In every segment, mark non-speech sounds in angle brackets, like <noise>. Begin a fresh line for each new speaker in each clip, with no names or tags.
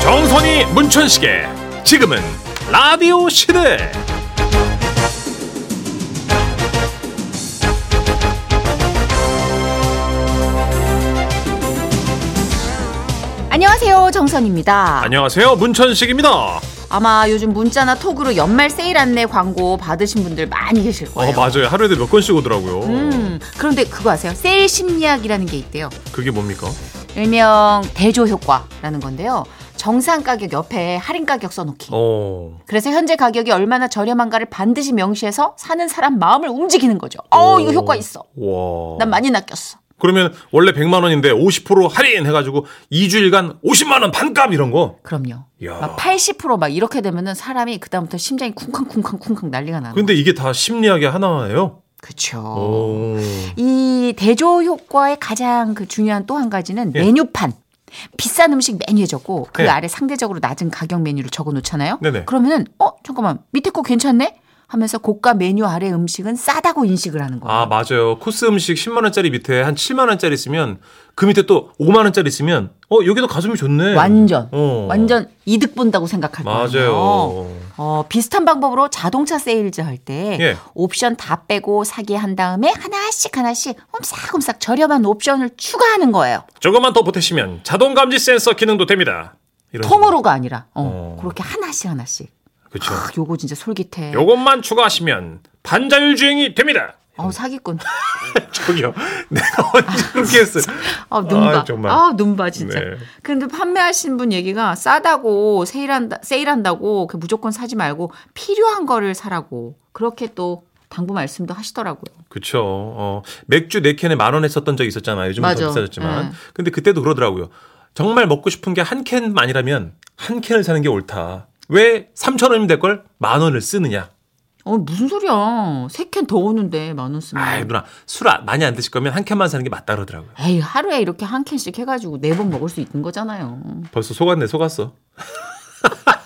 정선이 문천식의 지금은 라디오 시대
안녕하세요 정선입니다.
안녕하세요 문천식입니다 어,
아마 요즘 문자나 톡으로 연말 세일 안내 광고 받으신 분들 많이 계실
어
거예요.
맞아요 하루에도 몇 건씩 오더라고요
음 그런데 그거 아세요? 세일 심리학이라는 게 있대요.
그게 뭡니까
일명 대조 효과라는 건데요. 정상 가격 옆에 할인 가격 써놓기.
어
그래서 현재 가격이 얼마나 저렴한가를 반드시 명시해서 사는 사람 마음을 움직이는 거죠. 어 이거 효과 있어.
와.
난 많이 낚였어.
그러면 원래 100만 원인데 50% 할인 해가지고 2주일간 50만 원 반값 이런 거
그럼요.
야.
막 80%막 이렇게 되면은 사람이 그다음부터 심장이 쿵쾅쿵쾅쿵쾅 난리가 나는.
근데 이게 다 심리학의 하나예요
그렇죠.
오.
이 대조 효과의 가장 그 중요한 또 한 가지는
예.
메뉴판. 비싼 음식 메뉴에 적고 그
네.
아래 상대적으로 낮은 가격 메뉴를 적어 놓잖아요.
네네.
그러면은 어 잠깐만 밑에 거 괜찮네 하면서 고가 메뉴 아래 음식은 싸다고 인식을 하는 거예요.
아 맞아요 코스 음식 10만 원짜리 밑에 한 7만 원짜리 있으면 그 밑에 또 5만 원짜리 있으면 어 여기도 가성비 좋네
완전
어.
완전 이득 본다고 생각할 거예요.
맞아요
어, 비슷한 방법으로 자동차 세일즈 할 때
예.
옵션 다 빼고 사게 한 다음에 하나씩 하나씩 옴싹옴싹 저렴한 옵션을 추가하는 거예요.
조금만 더 보태시면 자동 감지 센서 기능도 됩니다. 이런
통으로가 아니라
어.
어, 그렇게 하나씩 하나씩.
그렇죠.
아, 요거 진짜 솔깃해.
요것만 추가하시면 반자율 주행이 됩니다. <laughs>
어 사기꾼.
저기요. 내가 언제 그렇게 했어요?
아 눈봐.
아, 정말.
아 눈봐 진짜.
네.
근데 판매하신 분 얘기가 싸다고 세일한다 세일한다고 그 무조건 사지 말고 필요한 거를 사라고 그렇게 또 당부 말씀도 하시더라고요.
그쵸. 어, 맥주 4캔에 만 원에 썼던 적이 있었잖아요. 요즘은
맞아.
더 비싸졌지만.
네.
근데 그때도 그러더라고요. 정말 먹고 싶은 게 한 캔만 아니라면 한 캔을 사는 게 옳다. 왜 3천 원이면 될 걸 만 원을 쓰느냐.
어 무슨 소리야? 세 캔 더 오는데 만 원 쓰면.
아이 누나 술 아- 많이 안 드실 거면 한 캔만 사는 게 맞다 그러더라고요.
에이 하루에 이렇게 한 캔씩 해가지고 네 번 먹을 수 있는 거잖아요.
벌써 속았네 속았어. <laughs>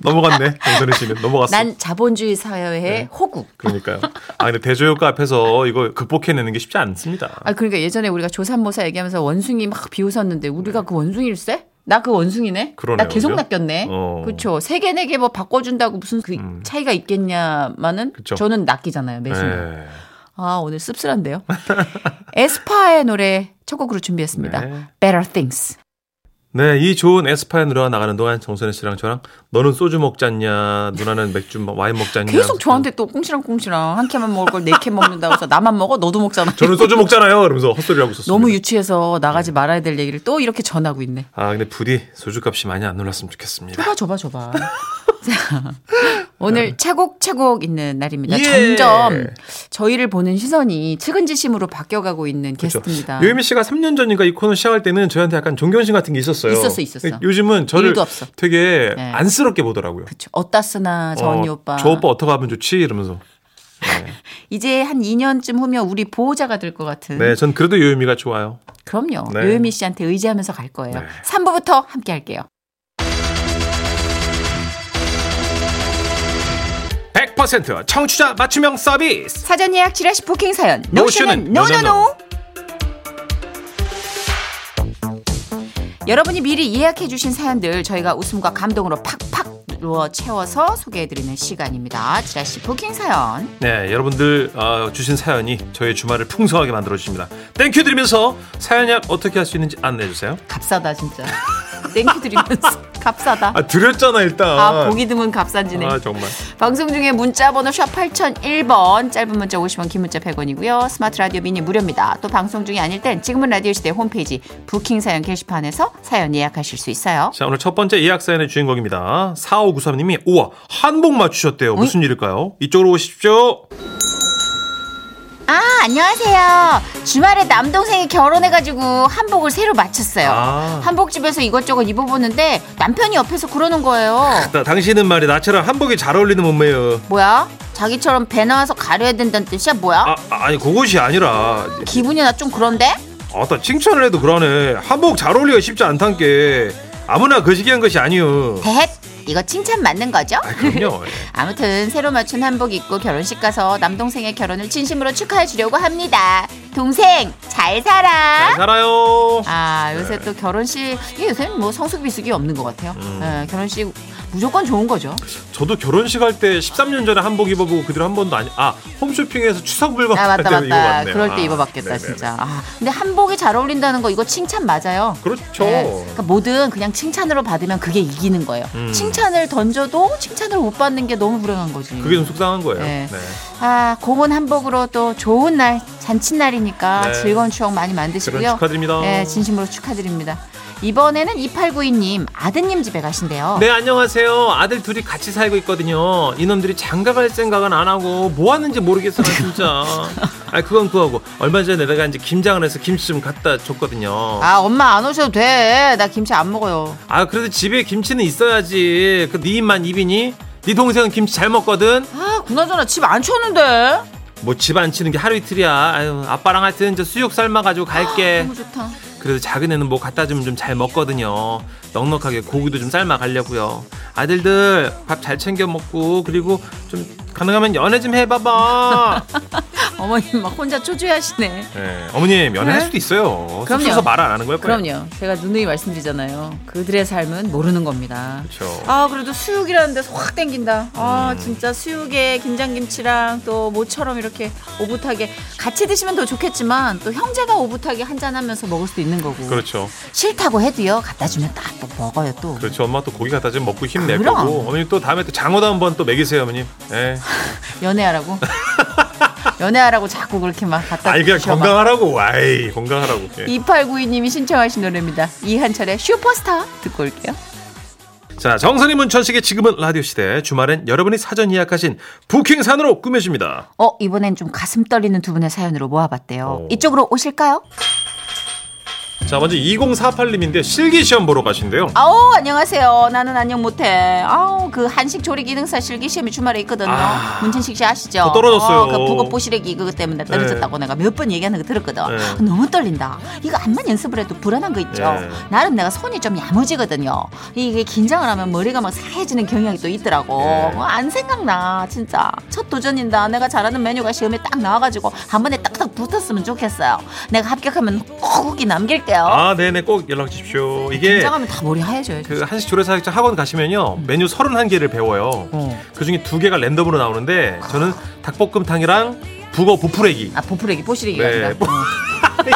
넘어갔네 정선희 씨는 넘어갔어.
난 자본주의 사회의
네.
호구.
그러니까요. 아 근데 대조효과 앞에서 이거 극복해내는 게 쉽지 않습니다.
아 그러니까 예전에 우리가 조산모사 얘기하면서 원숭이 막 비웃었는데 우리가 그 원숭이일세? 나 그 원숭이네?
네. 그러네요,
나 계속
그죠?
낚였네.
어. 음.
그렇죠. 세 개 네 개 뭐 바꿔준다고 무슨 그 차이가 있겠냐마는
그쵸.
저는 낚이잖아요 매 순간.
네.
아 오늘 씁쓸한데요. <laughs> 에스파의 노래 첫 곡으로 준비했습니다.
네.
Better Things.
네, 이 좋은 에스파의 노래가 나가는 동안 정선희 씨랑 저랑 너는 소주 먹잖냐, 누나는 맥주 먹- 와인 먹잖냐.
계속 저한테 또 꽁시랑꽁시랑 한 캔만 먹을 걸 네 캔 먹는다고 해서 나만 먹어 너도 먹잖아.
저는 네. 소주 먹잖아요. 이러면서 헛소리 하고 있었어요.
<laughs> 너무 유치해서 나가지 말아야 될 얘기를 또 이렇게 전하고 있네.
아 근데 부디 소주값이 많이 안 올랐으면 좋겠습니다.
줘봐, 줘봐, <laughs> 줘봐. 자, 오늘 차곡차곡 있는 날입니다.
예.
점점 저희를 보는 시선이 측은지심으로 바뀌어가고 있는 게스트입니다.
요미 씨가 3년 전인가 이 코너 시작할 때는 저희한테 약간 존경심 같은 게 있었어요.
있었어, 있었어.
요즘은 저를
일도 없어.
되게
네.
안쓰럽게 보더라고요.
그쵸. 어따 쓰나 저 언니
어,
오빠.
저 오빠 어떻게 하면 좋지? 이러면서.
이제 한 2년쯤 후면 우리 보호자가 될 것 같은.
네, 전 그래도 요요미가 좋아요.
그럼요.
네.
요요미 씨한테 의지하면서 갈 거예요.
네.
3부부터 함께 할게요.
100% 청취자 맞춤형 서비스.
사전 예약 지라시 부킹 사연.
노션은
노션은
노노노.
노노노. 여러분이 미리 예약해 주신 사연들 저희가 웃음과 감동으로 팍팍 누워 채워서 소개해 드리는 시간입니다. 지라시 부킹 사연.
네, 여러분들 어, 주신 사연이 저의 주말을 풍성하게 만들어 주십니다. 땡큐 드리면서 사연약 어떻게 할 수 있는지 안내해 주세요.
값싸다 진짜. 땡큐 드리면서 <laughs> 값싸다.
아, 드렸잖아, 일단.
아 보기 드문 값싼 지네.
아, 정말.
방송 중에 문자 번호 샵 8001번 짧은 문자 50원 긴 문자 100원이고요. 스마트 라디오 미니 무료입니다. 또 방송 중이 아닐 땐 지금은 라디오 시대 홈페이지 부킹 사연 게시판에서 사연 예약하실 수 있어요.
자, 오늘 첫 번째 예약 사연의 주인공입니다. 4593님이 우와, 한복
어?
맞추셨대요. 무슨 일일까요? 이쪽으로 오십시오.
아 안녕하세요. 주말에 남동생이 결혼해가지고 한복을 새로 맞췄어요.
아.
한복집에서 이것저것 입어보는데 남편이 옆에서 그러는 거예요.
나, 당신은 말이 나처럼 한복이 잘 어울리는 몸매예요.
뭐야? 자기처럼 배 나와서 가려야 된다는 뜻이야 뭐야?
아, 아, 아니 그것이 아니라
기분이 나 좀 그런데?
아따 칭찬을 해도 그러네 한복 잘 어울리기가 쉽지 않단 게 아무나 그 시기한 것이 아니요
대헷 이거 칭찬 맞는 거죠?
아,
<laughs>
그럼요. 예.
아무튼 새로 맞춘 한복 입고 결혼식 가서 남동생의 결혼을 진심으로 축하해 주려고 합니다. 동생 잘
잘
살아.
살아요.
아
네.
요새 또 결혼식 이게 요새는 뭐 성숙 비숙이 없는 것 같아요.
음.
예, 결혼식 무조건 좋은 거죠.
저도 결혼식 할 때 13년 전에 한복 입어보고 그대로 한 번도 아니 아 홈쇼핑에서 추석 물건
아
살
맞다
때
맞다.
입어봤네요.
그럴 때
아,
입어봤겠다
네네네.
진짜. 아 근데 한복이 잘 어울린다는 거 이거 칭찬 맞아요.
그렇죠.
네. 그러니까 뭐든 그냥 칭찬으로 받으면 그게 이기는 거예요.
음.
칭찬을 던져도 칭찬을 못 받는 게 너무 불행한 거지.
그게 좀 속상한 거예요.
네. 아, 공원 한복으로 또 좋은 날, 잔칫날이니까
네.
즐거운 추억 많이
그런
만드시고요.
축하드립니다.
네, 진심으로 축하드립니다. 이번에는 2892님, 아드님 집에 가신대요.
네 안녕하세요 아들 둘이 같이 살고 있거든요 이놈들이 장가갈 생각은 안 하고 뭐 하는지 모르겠어요
<laughs>
진짜 아 그건 그거고 얼마 전에 내가 이제 김장을 해서 김치 좀 갖다 줬거든요
아, 엄마 안 오셔도 돼. 나 김치 안 먹어요.
아 그래도 집에 김치는 있어야지 그네 입만 입이니 네 동생은 김치 잘 먹거든
아, 그나저나 집 안 쳤는데.
뭐 집 안 치는 게 하루 이틀이야 아유 아빠랑 하여튼 이제 수육 삶아가지고 갈게
너무 좋다.
그래도 작은 애는 뭐 갖다 주면 좀 잘 먹거든요. 넉넉하게 고기도 좀 삶아 가려고요. 아들들 밥 잘 챙겨 먹고 그리고 좀 가능하면 연애 좀
<laughs>
해봐봐.
<laughs> 어머님 막 혼자 초조해하시네.
네, 어머님 연애할
네.
수도 있어요.
그럼요.
서 말을 안 하는 거예요.
그럼요. 제가 누누이 말씀드리잖아요. 그들의 삶은 모르는 겁니다.
그렇죠.
아 그래도 수육이라는 데서 확 땡긴다. 아
음.
진짜 수육에 김장김치랑 또 모처럼 이렇게 오붓하게 같이 드시면 더 좋겠지만 또 형제가 오붓하게 한잔하면서 먹을 수도 있는 거고.
그렇죠.
싫다고 해도요 갖다 주면 딱 또 먹어요 또.
그렇죠. 엄마 또 고기 갖다 좀 먹고 힘낼
그럼.
거고. 어머님 또 다음에 또 장어도 한번 또 먹이세요, 어머님. 예. <laughs>
연애하라고. 연애하라고 자꾸 그렇게 막 갖다
아이 그냥
주셔, 막.
건강하라고. 와이 건강하라고. 예.
2892님이 신청하신 노래입니다. 이한철의 슈퍼스타 듣고 올게요.
자, 정선이 문천식의 지금은 라디오 시대. 주말엔 여러분이 사전 예약하신 부킹산으로 꾸며집니다.
어, 이번엔 좀 가슴 떨리는 두 분의 사연으로 모아봤대요.
오.
이쪽으로 오실까요?
자, 먼저 2048님인데 실기 시험 보러 가신대요.
아우, 안녕하세요. 나는 안녕 못해. 아우, 그 한식 조리 기능사 실기 시험이 주말에 있거든요.
아.
문천식 씨 아시죠?
저 떨어졌어요.
어, 그 북어 보시래기 그거 때문에 떨어졌다고 내가 몇 번 얘기하는 거 들었거든. 아,
네.
너무 떨린다. 이거 안만 연습을 해도 불안한 거 있죠.
네.
나름 내가 손이 좀 야무지거든요. 이게 긴장을 하면 머리가 막 사해지는 경향이 또 있더라고.
네.
어, 안 생각나, 진짜. 첫 도전인다. 내가 잘하는 메뉴가 시험에 딱 나와가지고 한 번에 딱딱 붙었으면 좋겠어요. 내가 합격하면 꾹이 남길게요.
아, 네네. 꼭 연락 주십시오. 이게
긴장하면 다 머리 하얘져요.
그 한식 조리사 학자 학원 가시면요. 메뉴 31개를 배워요.
어.
그 중에 두 개가 랜덤으로 나오는데 저는 닭볶음탕이랑 북어 보풀레기.
아 보풀이기 보시리기
네.
네.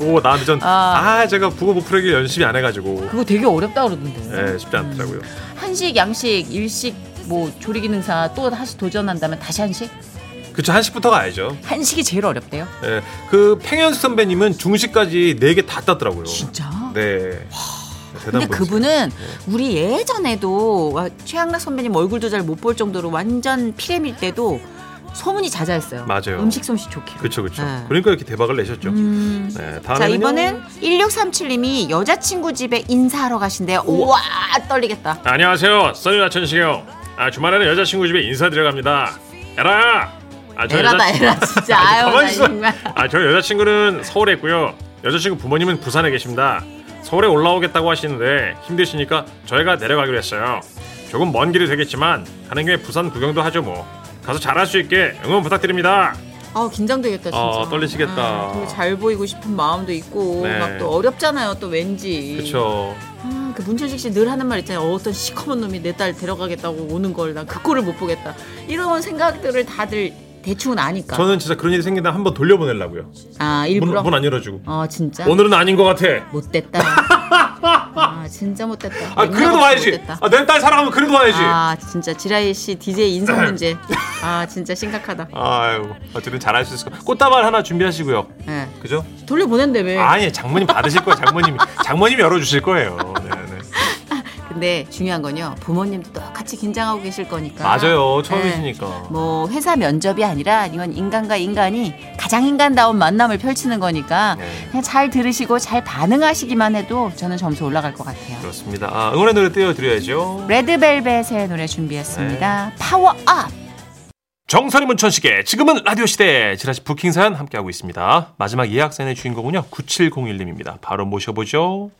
오, 나한테 전,
아.
아, 제가 북어 보풀레기 연습이 안 해가지고.
그거 되게 어렵다 그러던데.
네, 쉽지 않더라고요.
한식, 양식, 일식 뭐 조리 기능사 또 다시 도전한다면 다시 한식?
그쵸, 한식부터가 알죠.
한식이 제일 어렵대요.
예, 그 팽현수 선배님은 중식까지 네 개 다 땄더라고요.
진짜?
네. 대단
근데
분이세요. 네.
그분은 우리 예전에도 와, 최양락 선배님 얼굴도 잘 못 볼 정도로 완전 피렘일 때도 소문이 자자했어요.
맞아요.
음식 솜씨 좋게.
그쵸, 그쵸.
네.
그러니까 이렇게 대박을 내셨죠.
음.
네,
자
다음에는요?
이번엔 1637님이 여자친구 집에 인사하러 가신대요. 우와 떨리겠다.
안녕하세요. 써니나 천식이요. 아, 주말에는 여자친구 집에 인사드려 갑니다. 에라! 아, 저
에라다 에라 진짜
아니,
아유
가만히
나
있어.
정말.
아, 저 여자친구는 서울에 있고요. 여자친구 부모님은 부산에 계십니다. 서울에 올라오겠다고 하시는데 힘드시니까 저희가 내려가기로 했어요. 조금 먼 길이 되겠지만 가는 김에 부산 구경도 하죠 뭐. 가서 잘할 수 있게 응원 부탁드립니다.
아 긴장되겠다 진짜.
아, 떨리시겠다.
아, 되게 잘 보이고 싶은 마음도 있고
네.
막 또 어렵잖아요. 또 왠지.
그렇죠.
아, 그 문천식 씨 늘 하는 말 있잖아요. 어, 어떤 시커먼 놈이 내 딸 데려가겠다고 오는 걸 나 그 꼴을 못 보겠다. 이런 생각들을 다들 대충은 아니까.
저는 진짜 그런 일이 생긴다 한번 돌려보내려고요.
아 일부러.
문 안 열어주고.
어 진짜.
오늘은 아닌 것 같아.
못됐다. 아 진짜 못됐다.
아 그래도
맥락 없이
와야지.
못됐다.
아, 내 딸 사랑하면 그래도 와야지.
아 진짜 지라이 씨 DJ 인성 문제. 아 진짜 심각하다.
아유, 어쨌든 잘할 수 있을 거. 꽃다발 하나 준비하시고요.
예.
그죠?
돌려보낸다며.
아니, 장모님 받으실 거예요.
<laughs>
장모님이 장모님이 열어주실 거예요. 네, 네.
근데 중요한 건요. 부모님도 똑같이 긴장하고 계실 거니까.
맞아요.
예.
처음이시니까.
뭐 회사 면접이 아니라 이건 인간과 인간이 가장 인간다운 만남을 펼치는 거니까
네.
그냥 잘 들으시고 잘 반응하시기만 해도 저는 점수 올라갈 것 같아요.
그렇습니다. 아, 응원의 노래 띄워드려야죠.
레드벨벳의 노래 준비했습니다.
네.
파워업!
정선이 문천식의 지금은 라디오 시대 지라시 부킹 사연 함께하고 있습니다. 마지막 예약 사연의 주인공은요. 9701님입니다. 바로 모셔보죠.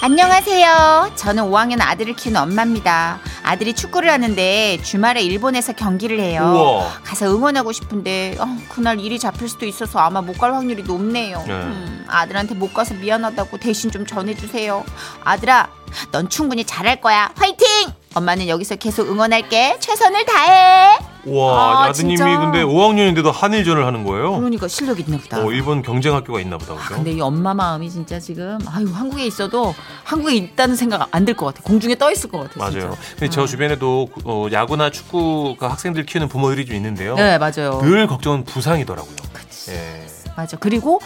안녕하세요. 저는 5학년 아들을 키우는 엄마입니다. 아들이 축구를 하는데 주말에 일본에서 경기를 해요.
우와.
가서 응원하고 싶은데 어, 그날 일이 잡힐 수도 있어서 아마 못 갈 확률이 높네요.
네.
음, 아들한테 못 가서 미안하다고 대신 좀 전해주세요. 아들아, 넌 충분히 잘할 거야. 화이팅! 엄마는 여기서 계속 응원할게. 최선을 다해.
우와,
아,
아, 드님이
진짜.
근데 5학년인데도 한일전을 하는 거예요?
그러니까 실력 있나 보다.
어, 일본 경쟁학교가 있나 보다.
아,
그죠?
근데 이 엄마 마음이 진짜 지금 아유 한국에 있어도 한국에 있다는 생각 안 들 것 같아. 공중에 떠 있을 것 같아. 진짜. 네.
맞아요. 근데 저 주변에도 어, 야구나 축구가 학생들 키우는 부모들이 좀 있는데요.
네 맞아요.
늘 걱정은 부상이더라고요. 예.
맞아. 그리고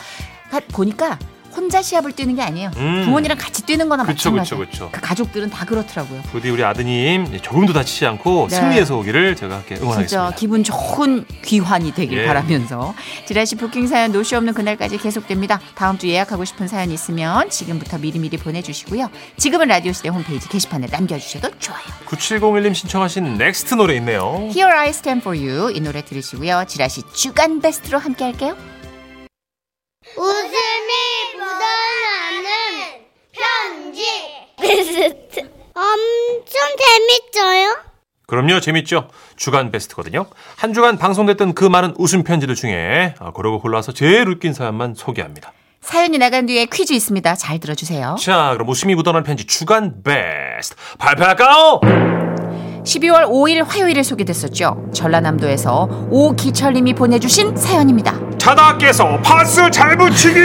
가- 보니까 혼자 시합을 뛰는 게 아니에요.
음.
부모님랑 같이 뛰는 거나
그쵸,
마찬가지.
그쵸, 그쵸.
그 가족들은 다 그렇더라고요.
부디 우리 아드님 조금도 다치지 않고
네.
승리해서 오기를 제가 함께 응원하겠습니다.
진짜 기분 좋은 귀환이 되길
예.
바라면서 지라시 부킹 사연 노쇼 없는 그날까지 계속됩니다. 다음 주 예약하고 싶은 사연 있으면 지금부터 미리미리 보내주시고요. 지금은 라디오 시대 홈페이지 게시판에 남겨주셔도 좋아요.
9701님 신청하신 넥스트 노래 있네요.
Here I Stand For You 이 노래 들으시고요. 지라시 주간 베스트로 함께 할게요.
웃음이 묻어나는 편지. 엄청 재밌어요?
그럼요, 재밌죠? 주간 베스트거든요. 한 주간 방송됐던 그 많은 웃음 편지들 중에 아, 고르고 골라서 제일 웃긴 사연만 소개합니다.
사연이 나간 뒤에 퀴즈 있습니다. 잘 들어주세요.
자, 그럼 웃음이 묻어난 편지 주간 베스트 발표할까요?
12월 5일 화요일에 소개됐었죠. 전라남도에서 오기철님이 보내주신 사연입니다.
차다께서 파스 잘 붙이기!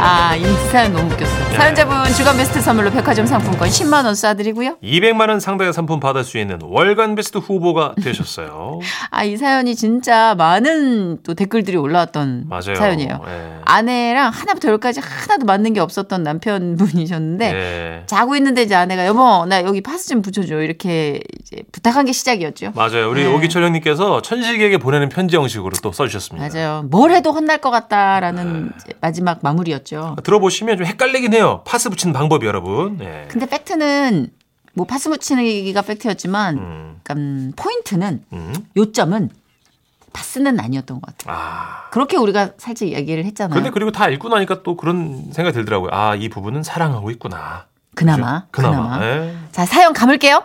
아, 이 사연 너무 웃겼어. 사연자분 주간 베스트 선물로 백화점 상품권 10만 원 쏴드리고요.
200만 원 상당의 상품 받을 수 있는 월간 베스트 후보가
<laughs>
되셨어요.
아, 이 사연이 진짜 많은 또 댓글들이 올라왔던
맞아요.
네.
사연이에요.
예.
아내랑 하나부터 열까지 하나도 맞는 게 없었던 남편분이셨는데
네.
예.
자고 있는데 이제 아내가 여보 나 여기 파스 좀 붙여줘 이렇게 이제 부탁한 게 시작이었죠.
맞아요. 우리
네.
오기철 형님께서 천식에게 보내는 편지 형식으로 또 써주셨습니다.
맞아요. 뭘 해도 혼날 것 같다라는 이제 마지막 마무리였죠.
들어보시면 좀 헷갈리긴 해요. 파스 붙이는 방법이 여러분. 예.
근데 팩트는 뭐 파스 붙이는 얘기가 팩트였지만
음,
약간 포인트는
음.
요점은 파스는 아니었던 것 같아요.
아.
그렇게 우리가 살짝 얘기를 했잖아요.
근데 그리고 다 읽고 나니까 또 그런 생각이 들더라고요. 아, 이 부분은 사랑하고 있구나.
그나마,
그죠?
그나마.
그나마. 예.
자 사연 감을게요.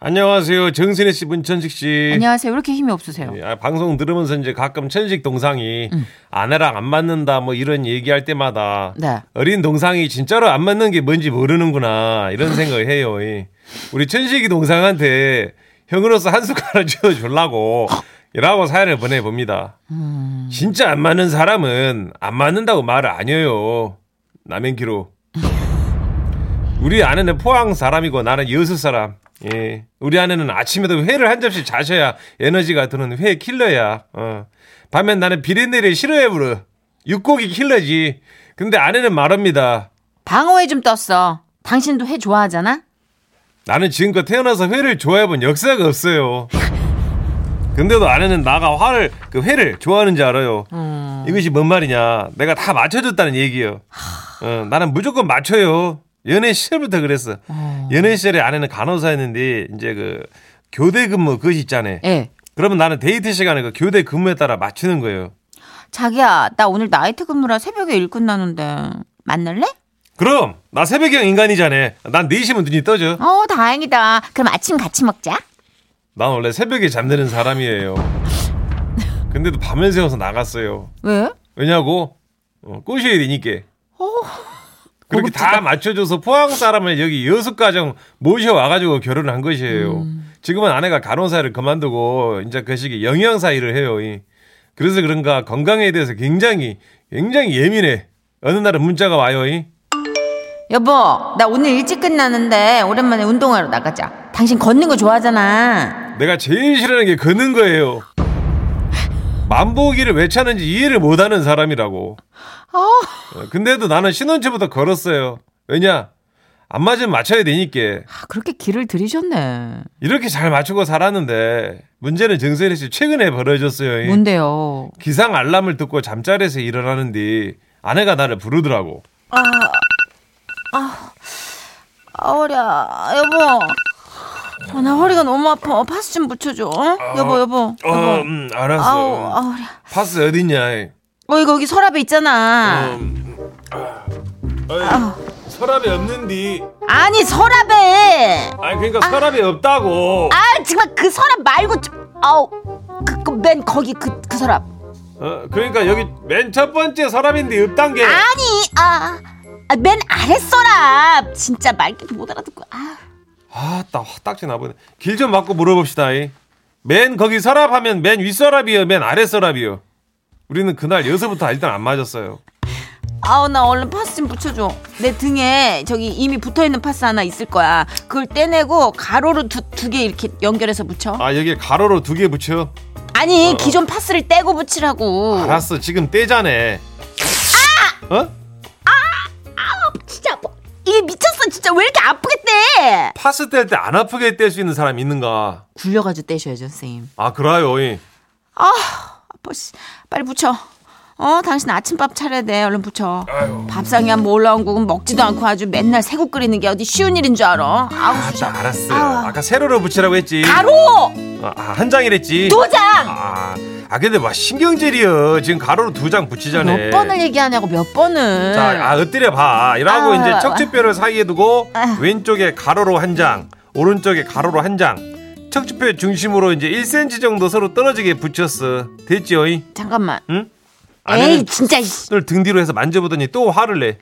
안녕하세요. 정선혜 씨, 문천식
예.
씨.
안녕하세요. 음. 왜 이렇게 힘이 없으세요?
아, 방송 들으면서 이제 가끔 천식 동상이 아내랑 안 맞는다 뭐 이런 얘기할 때마다
네.
어린 동상이 진짜로 안 맞는 게 뭔지 모르는구나 이런 생각을 해요. 이. 우리 천식이 동상한테 형으로서 한 숟가락 <laughs> 쥐어주려고 이라고 사연을 보내봅니다.
음.
진짜 안 맞는 사람은 안 맞는다고 말을 안 해요. 남행기로. 우리 아내는 포항 사람이고 나는 여수 사람. 예. 우리 아내는 아침에도 회를 한 접시 자셔야 에너지가 드는 회 킬러야. 어. 밤엔 나는 비린내를 싫어해 부르. 육고기 킬러지. 근데 아내는 말합니다.
방어회 좀 떴어. 당신도 회 좋아하잖아.
나는 지금껏 태어나서 회를 좋아해본 역사가 없어요. 근데도 아내는 나가 화를 그 회를 좋아하는지 알아요. 이것이 뭔 말이냐? 내가 다 맞춰줬다는 얘기예요. 어, 나는 무조건 맞춰요. 연애 시절부터 그랬어. 연애 시절에 아내는 간호사였는데 이제 그 교대 근무 그것이 있잖아요.
예.
그러면 나는 데이트 시간에 그 교대 근무에 따라 맞추는 거예요.
자기야 나 오늘 나이트 근무라 새벽에 일 끝나는데 만날래?
그럼 나 새벽형 인간이잖아. 난 4시면 눈이 떠져.
어 다행이다. 그럼 아침 같이 먹자.
난 원래 새벽에 잠드는 사람이에요. 근데도 밤을 새워서 나갔어요.
왜?
왜냐고? 어, 꼬셔야 되니까. 그렇게 다 맞춰줘서 포항 사람을 여기 여수가정 모셔와가지고 결혼한 것이에요. 지금은 아내가 간호사를 그만두고 이제 그 시기 영양사 일을 해요. 이. 그래서 그런가 건강에 대해서 굉장히 굉장히 예민해. 어느 날은 문자가 와요. 이.
여보, 나 오늘 일찍 끝나는데 오랜만에 운동하러 나가자. 당신 걷는 거 좋아하잖아.
내가 제일 싫어하는 게 걷는 거예요. 만보기를 왜 차는지 이해를 못하는 사람이라고.
아.
어, 근데도 나는 신혼초부터 걸었어요. 왜냐? 안 맞으면 맞춰야 되니까.
아, 그렇게 길을 들이셨네.
이렇게 잘 맞추고 살았는데 문제는 정선희 씨 최근에
네.
벌어졌어요.
뭔데요?
기상 알람을 듣고 잠자리에서 일어나는 뒤 아내가 나를 부르더라고.
아, 허리야. 여보. 아, 나 허리가 너무 아파. 파스 좀 붙여줘. 어? 여보, 여보.
어,
여보.
음,
아우, 아,
알았어.
허리야.
파스 어딨냐?
어, 이거 여기 서랍에 있잖아.
음, 서랍이 없는디.
아니 서랍에
아니 그러니까 서랍이 없다고.
아 정말 그 서랍 말고 좀 아우 그맨 거기 그 그 서랍
어, 그러니까 여기 맨 첫 번째 서랍인데 없단 게.
아니 아맨 아래 서랍 진짜 말 못 알아듣고 아
아딱 딱지 나보네. 길 좀 막고 물어봅시다. 이. 맨 거기 서랍 하면 맨 윗 서랍이요, 맨 아래 서랍이요. 우리는 그날 여기서부터 일단 안 맞았어요.
아우 나 얼른 파스 좀 붙여줘 내 등에 저기 이미 붙어있는 파스 하나 있을 거야 그걸 떼내고 가로로 두 두 개 이렇게 연결해서 붙여
아 여기 가로로 두 개 붙여.
아니 기존 파스를 떼고 붙이라고
알았어 지금 떼자네.
아!
어?
진짜 뭐 이게 미쳤어 진짜 왜 이렇게 아프게 떼
파스 뗄 때 안 아프게 뗄 수 있는 사람 있는가?
굴려가지고 떼셔야죠 선생님
아 그래요. 이.
아 아빠 씨 빨리 붙여 어 당신 아침밥 차려야 돼 얼른 붙여 밥상에 한번 올라온 국은 먹지도 않고 아주 맨날 새국 끓이는 게 어디 쉬운 일인 줄 알아 아우 수저
나 알았어. 요 아까 세로로 붙이라고 했지.
가로
아, 아, 한 장이랬지.
도장
아, 아 근데 막 신경질이여. 지금 가로로 두 장 아, 붙이자네.
몇 번을 얘기하냐고 몇 번을
자, 아 엎드려 봐. 이라고
아,
이제
아,
척추뼈를 사이에 두고
아.
왼쪽에 가로로 한 장, 오른쪽에 가로로 한 장. 척추뼈 중심으로 이제 1cm 정도 서로 떨어지게 붙였어. 됐지요? 이?
잠깐만
응?
에이
아내는
진짜 이씨.
손을 등 뒤로 해서 만져보더니 또 화를 내.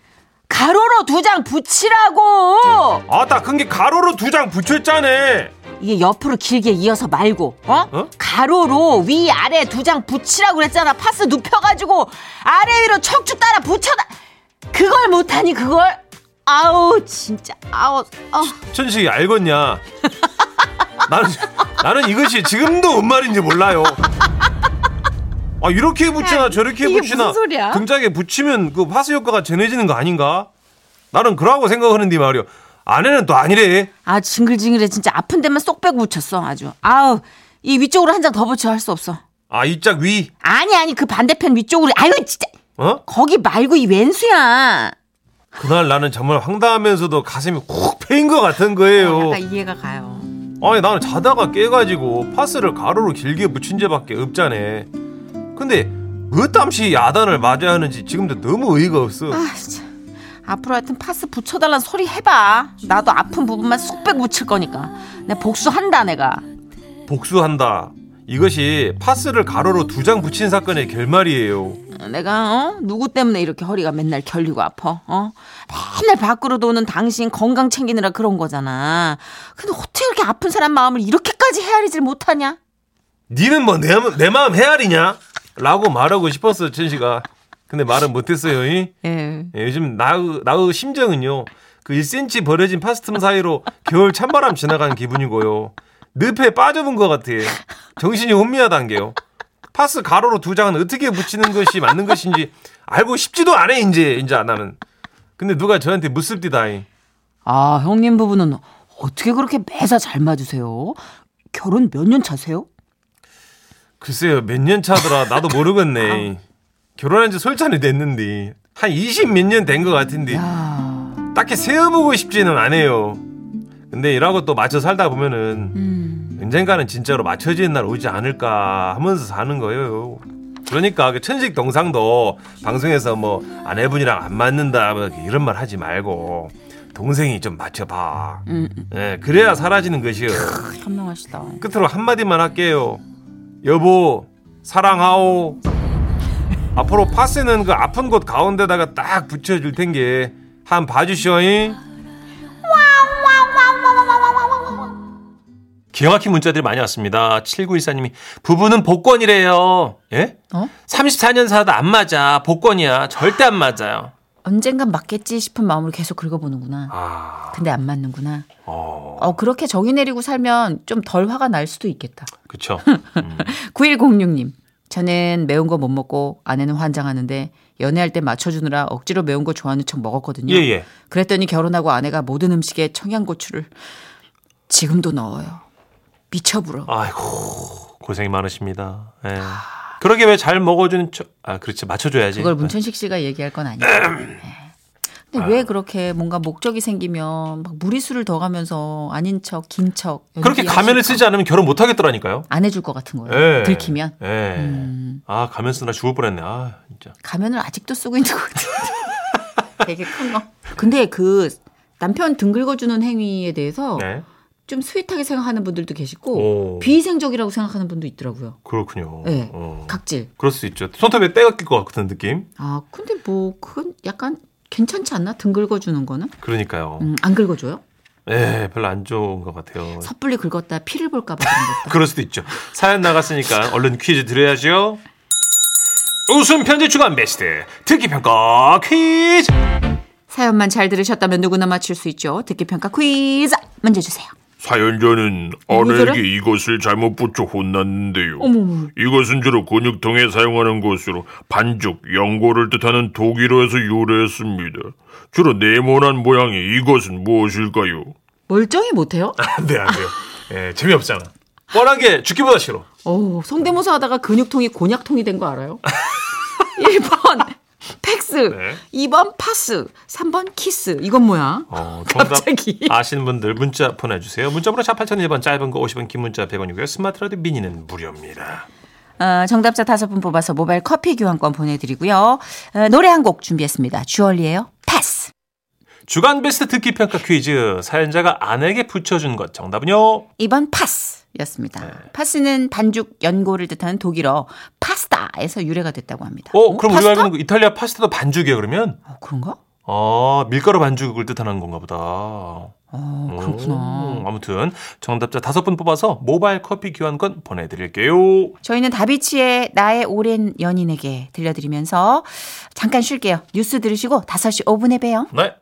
가로로 두 장
네,
붙이라고
아따 큰 게 가로로 두 장 붙였잖아.
이게 옆으로 길게 이어서 말고 어?
어?
가로로 위 아래 두 장 붙이라고 그랬잖아 파스 눕혀가지고 아래 위로 척추 따라 붙여다 그걸 못하니 그걸 아우 진짜 아우 어.
천식이
<laughs>
알겠냐? 나는 나는 이것이 지금도 뭔 말인지 몰라요. 아 이렇게 붙이나 저렇게
네. 이게
붙이나
무슨 소리야?
등짝에 붙이면 그 파스 효과가 전해지는 거 아닌가? 나는 그러고 생각하는데 말이요. 아내는 또 아니래.
아 징글징글해 진짜 아픈 데만 쏙 빼고 붙였어 아주 아우 이 위쪽으로 한 장 더 붙여 할 수 없어
아 이 짝 위.
아니 아니 그 반대편 위쪽으로 아유 진짜
어?
거기 말고 이 왼수야
그날 나는 정말 황당하면서도 가슴이 콕 패인 것 같은
어,
거예요.
약간 이해가 가요.
아니 나는 자다가 깨가지고 파스를 가로로 길게 붙인 죄밖에 없자네. 근데 어땀시 야단을 맞아야 하는지 지금도 너무 의의가 없어.
아, 진짜. 앞으로 하여튼 파스 붙여달라는 소리 해봐. 나도 아픈 부분만 쏙 빼고 붙일 거니까. 내가 복수한다, 내가.
복수한다. 이것이 파스를 가로로 두 장 붙인 사건의 결말이에요.
내가, 어? 누구 때문에 이렇게 허리가 맨날 결리고 아파, 어? 맨날 밖으로 도는 당신 건강 챙기느라 그런 거잖아. 근데 어떻게 이렇게 아픈 사람 마음을 이렇게까지 헤아리질 못하냐?
니는 뭐 내 마음 헤아리냐? 라고 말하고 싶었어 천식아. 근데 말은 못했어요. 이.
예.
예, 요즘 나의, 나의 심정은요. 그 1cm 버려진 파스틈 사이로 겨울 찬바람 지나가는 기분이고요. 늪에 빠져본 것 같아요. 정신이 혼미하다는 게요. 파스 가로로 두 장은 어떻게 붙이는 것이 맞는 것인지 알고 싶지도 않아 이제 이제 안 하는. 근데 누가 저한테 묻습디다잉.
아, 형님 부부는 어떻게 그렇게 매사 잘 맞으세요? 결혼 몇 년 차세요?
글쎄요 몇 년 차더라 나도
아.
모르겠네 결혼한 지 솔찬이 됐는데 한 20 몇 년 된 것 같은데
아,
딱히 세어보고 싶지는 않아요 근데 이러고 또 맞춰 살다 보면은
음.
언젠가는 진짜로 맞춰지는 날 오지 않을까 하면서 사는 거예요 그러니까 그 천식 동상도 방송에서 뭐 아내분이랑 안 맞는다 뭐 이런 말 하지 말고 동생이 좀 맞춰봐
음,
예, 그래야 사라지는 것이요
현명하시다.
끝으로 한마디만 할게요. 여보, 사랑하오. 앞으로 파스는 그 아픈 곳 가운데다가 딱 붙여줄 텐게 한 봐주시오잉. 기가 막힌 문자들이 많이 왔습니다. 7914님이 부부는 복권이래요. 예?
어?
34년 사다 안 맞아. 복권이야. 절대 안 맞아요.
언젠간 맞겠지 싶은 마음으로 계속 긁어보는구나.
아,
근데 안 맞는구나.
어,
어, 그렇게 정의 내리고 살면 좀 덜 화가 날 수도 있겠다.
<laughs> 그쵸.
9106님. 저는 매운 거 못 먹고 아내는 환장하는데 연애할 때 맞춰주느라 억지로 매운 거 좋아하는 척 먹었거든요.
예, 예.
그랬더니 결혼하고 아내가 모든 음식에 청양고추를 지금도 넣어요. 미쳐불어.
아, 아이고 고생이 많으십니다. 예. 그러게 왜 잘 먹어주는 척? 아 그렇지 맞춰줘야지.
그걸 문천식 씨가 얘기할 건 아니에요. 예. 근데
아.
왜 그렇게 뭔가 목적이 생기면 막 무리수를 더 가면서 아닌 척, 긴 척.
그렇게
연기하실
가면을
거.
쓰지 않으면 결혼 못 하겠더라니까요.
안 해줄 것 같은 거예요.
예.
들키면.
예.
음.
아 가면 쓰나 죽을 뻔했네. 아 진짜.
가면을 아직도 쓰고 있는 것 같아요.
<laughs> 되게 큰 거. 근데 그 남편 등 긁어주는 행위에 대해서
네.
좀 스윗하게 생각하는 분들도 계시고
오.
비위생적이라고 생각하는 분도 있더라고요.
그렇군요.
네.
어.
각질.
그럴 수 있죠. 손톱에 때가 낄 것 같은 느낌.
아 근데 뭐 그건 약간 괜찮지 않나? 등 긁어주는 거는
그러니까요.
음, 안 긁어줘요?
예, 별로 안 좋은 것 같아요.
섣불리 긁었다 피를 볼까봐 그런
<laughs>
것도.
그럴 수도 있죠. 사연 나갔으니까 얼른 퀴즈 드려야죠. 웃음 편지 주간 베스트 특기 평가 퀴즈.
사연만 잘 들으셨다면 누구나 맞출 수 있죠. 듣기 평가 퀴즈 먼저 주세요.
사연자는
누구더라?
아내에게 이것을 잘못 붙여 혼났는데요. 이것은 주로 근육통에 사용하는 것으로 반죽, 연고를 뜻하는 독일어에서 유래했습니다. 주로 네모난 모양의 이것은 무엇일까요?
멀쩡히
<laughs>
못해요?
안 돼, 안 돼요. 예, 재미없잖아. 뻔한 게 죽기보다 싫어.
어 성대모사 하다가 근육통이 곤약통이 된 거 알아요? <laughs> 1번 팩스,
네.
2번 파스, 3번 키스. 이건 뭐야?
어, 정답
갑자기.
아시는 분들 문자 보내주세요. 문자번호 샵 8001번 짧은 거 50원 긴 문자 100원이고요. 스마트 라디오 미니는 무료입니다.
어, 정답자 다섯 분 뽑아서 모바일 커피 교환권 보내드리고요. 어, 노래 한 곡 준비했습니다. 주얼리예요. 패스.
주간 베스트 듣기 평가 퀴즈 사연자가 아내에게 붙여준 것 정답은요. 어,
2번 파스였습니다.
네.
파스는 반죽 연고를 뜻하는 독일어 파스타에서 유래가 됐다고 합니다.
어, 그럼
파스타?
우리가 알고 있는 그 이탈리아 파스타도 반죽이야 그러면?
어, 그런가?
아, 밀가루 반죽을 뜻하는 건가 보다.
어, 그렇구나.
음, 아무튼 정답자 다섯 분 뽑아서 모바일 커피 교환권 보내드릴게요.
저희는 다비치의 나의 오랜 연인에게 들려드리면서 잠깐 쉴게요. 뉴스 들으시고 5시 5분에 봬요.
네.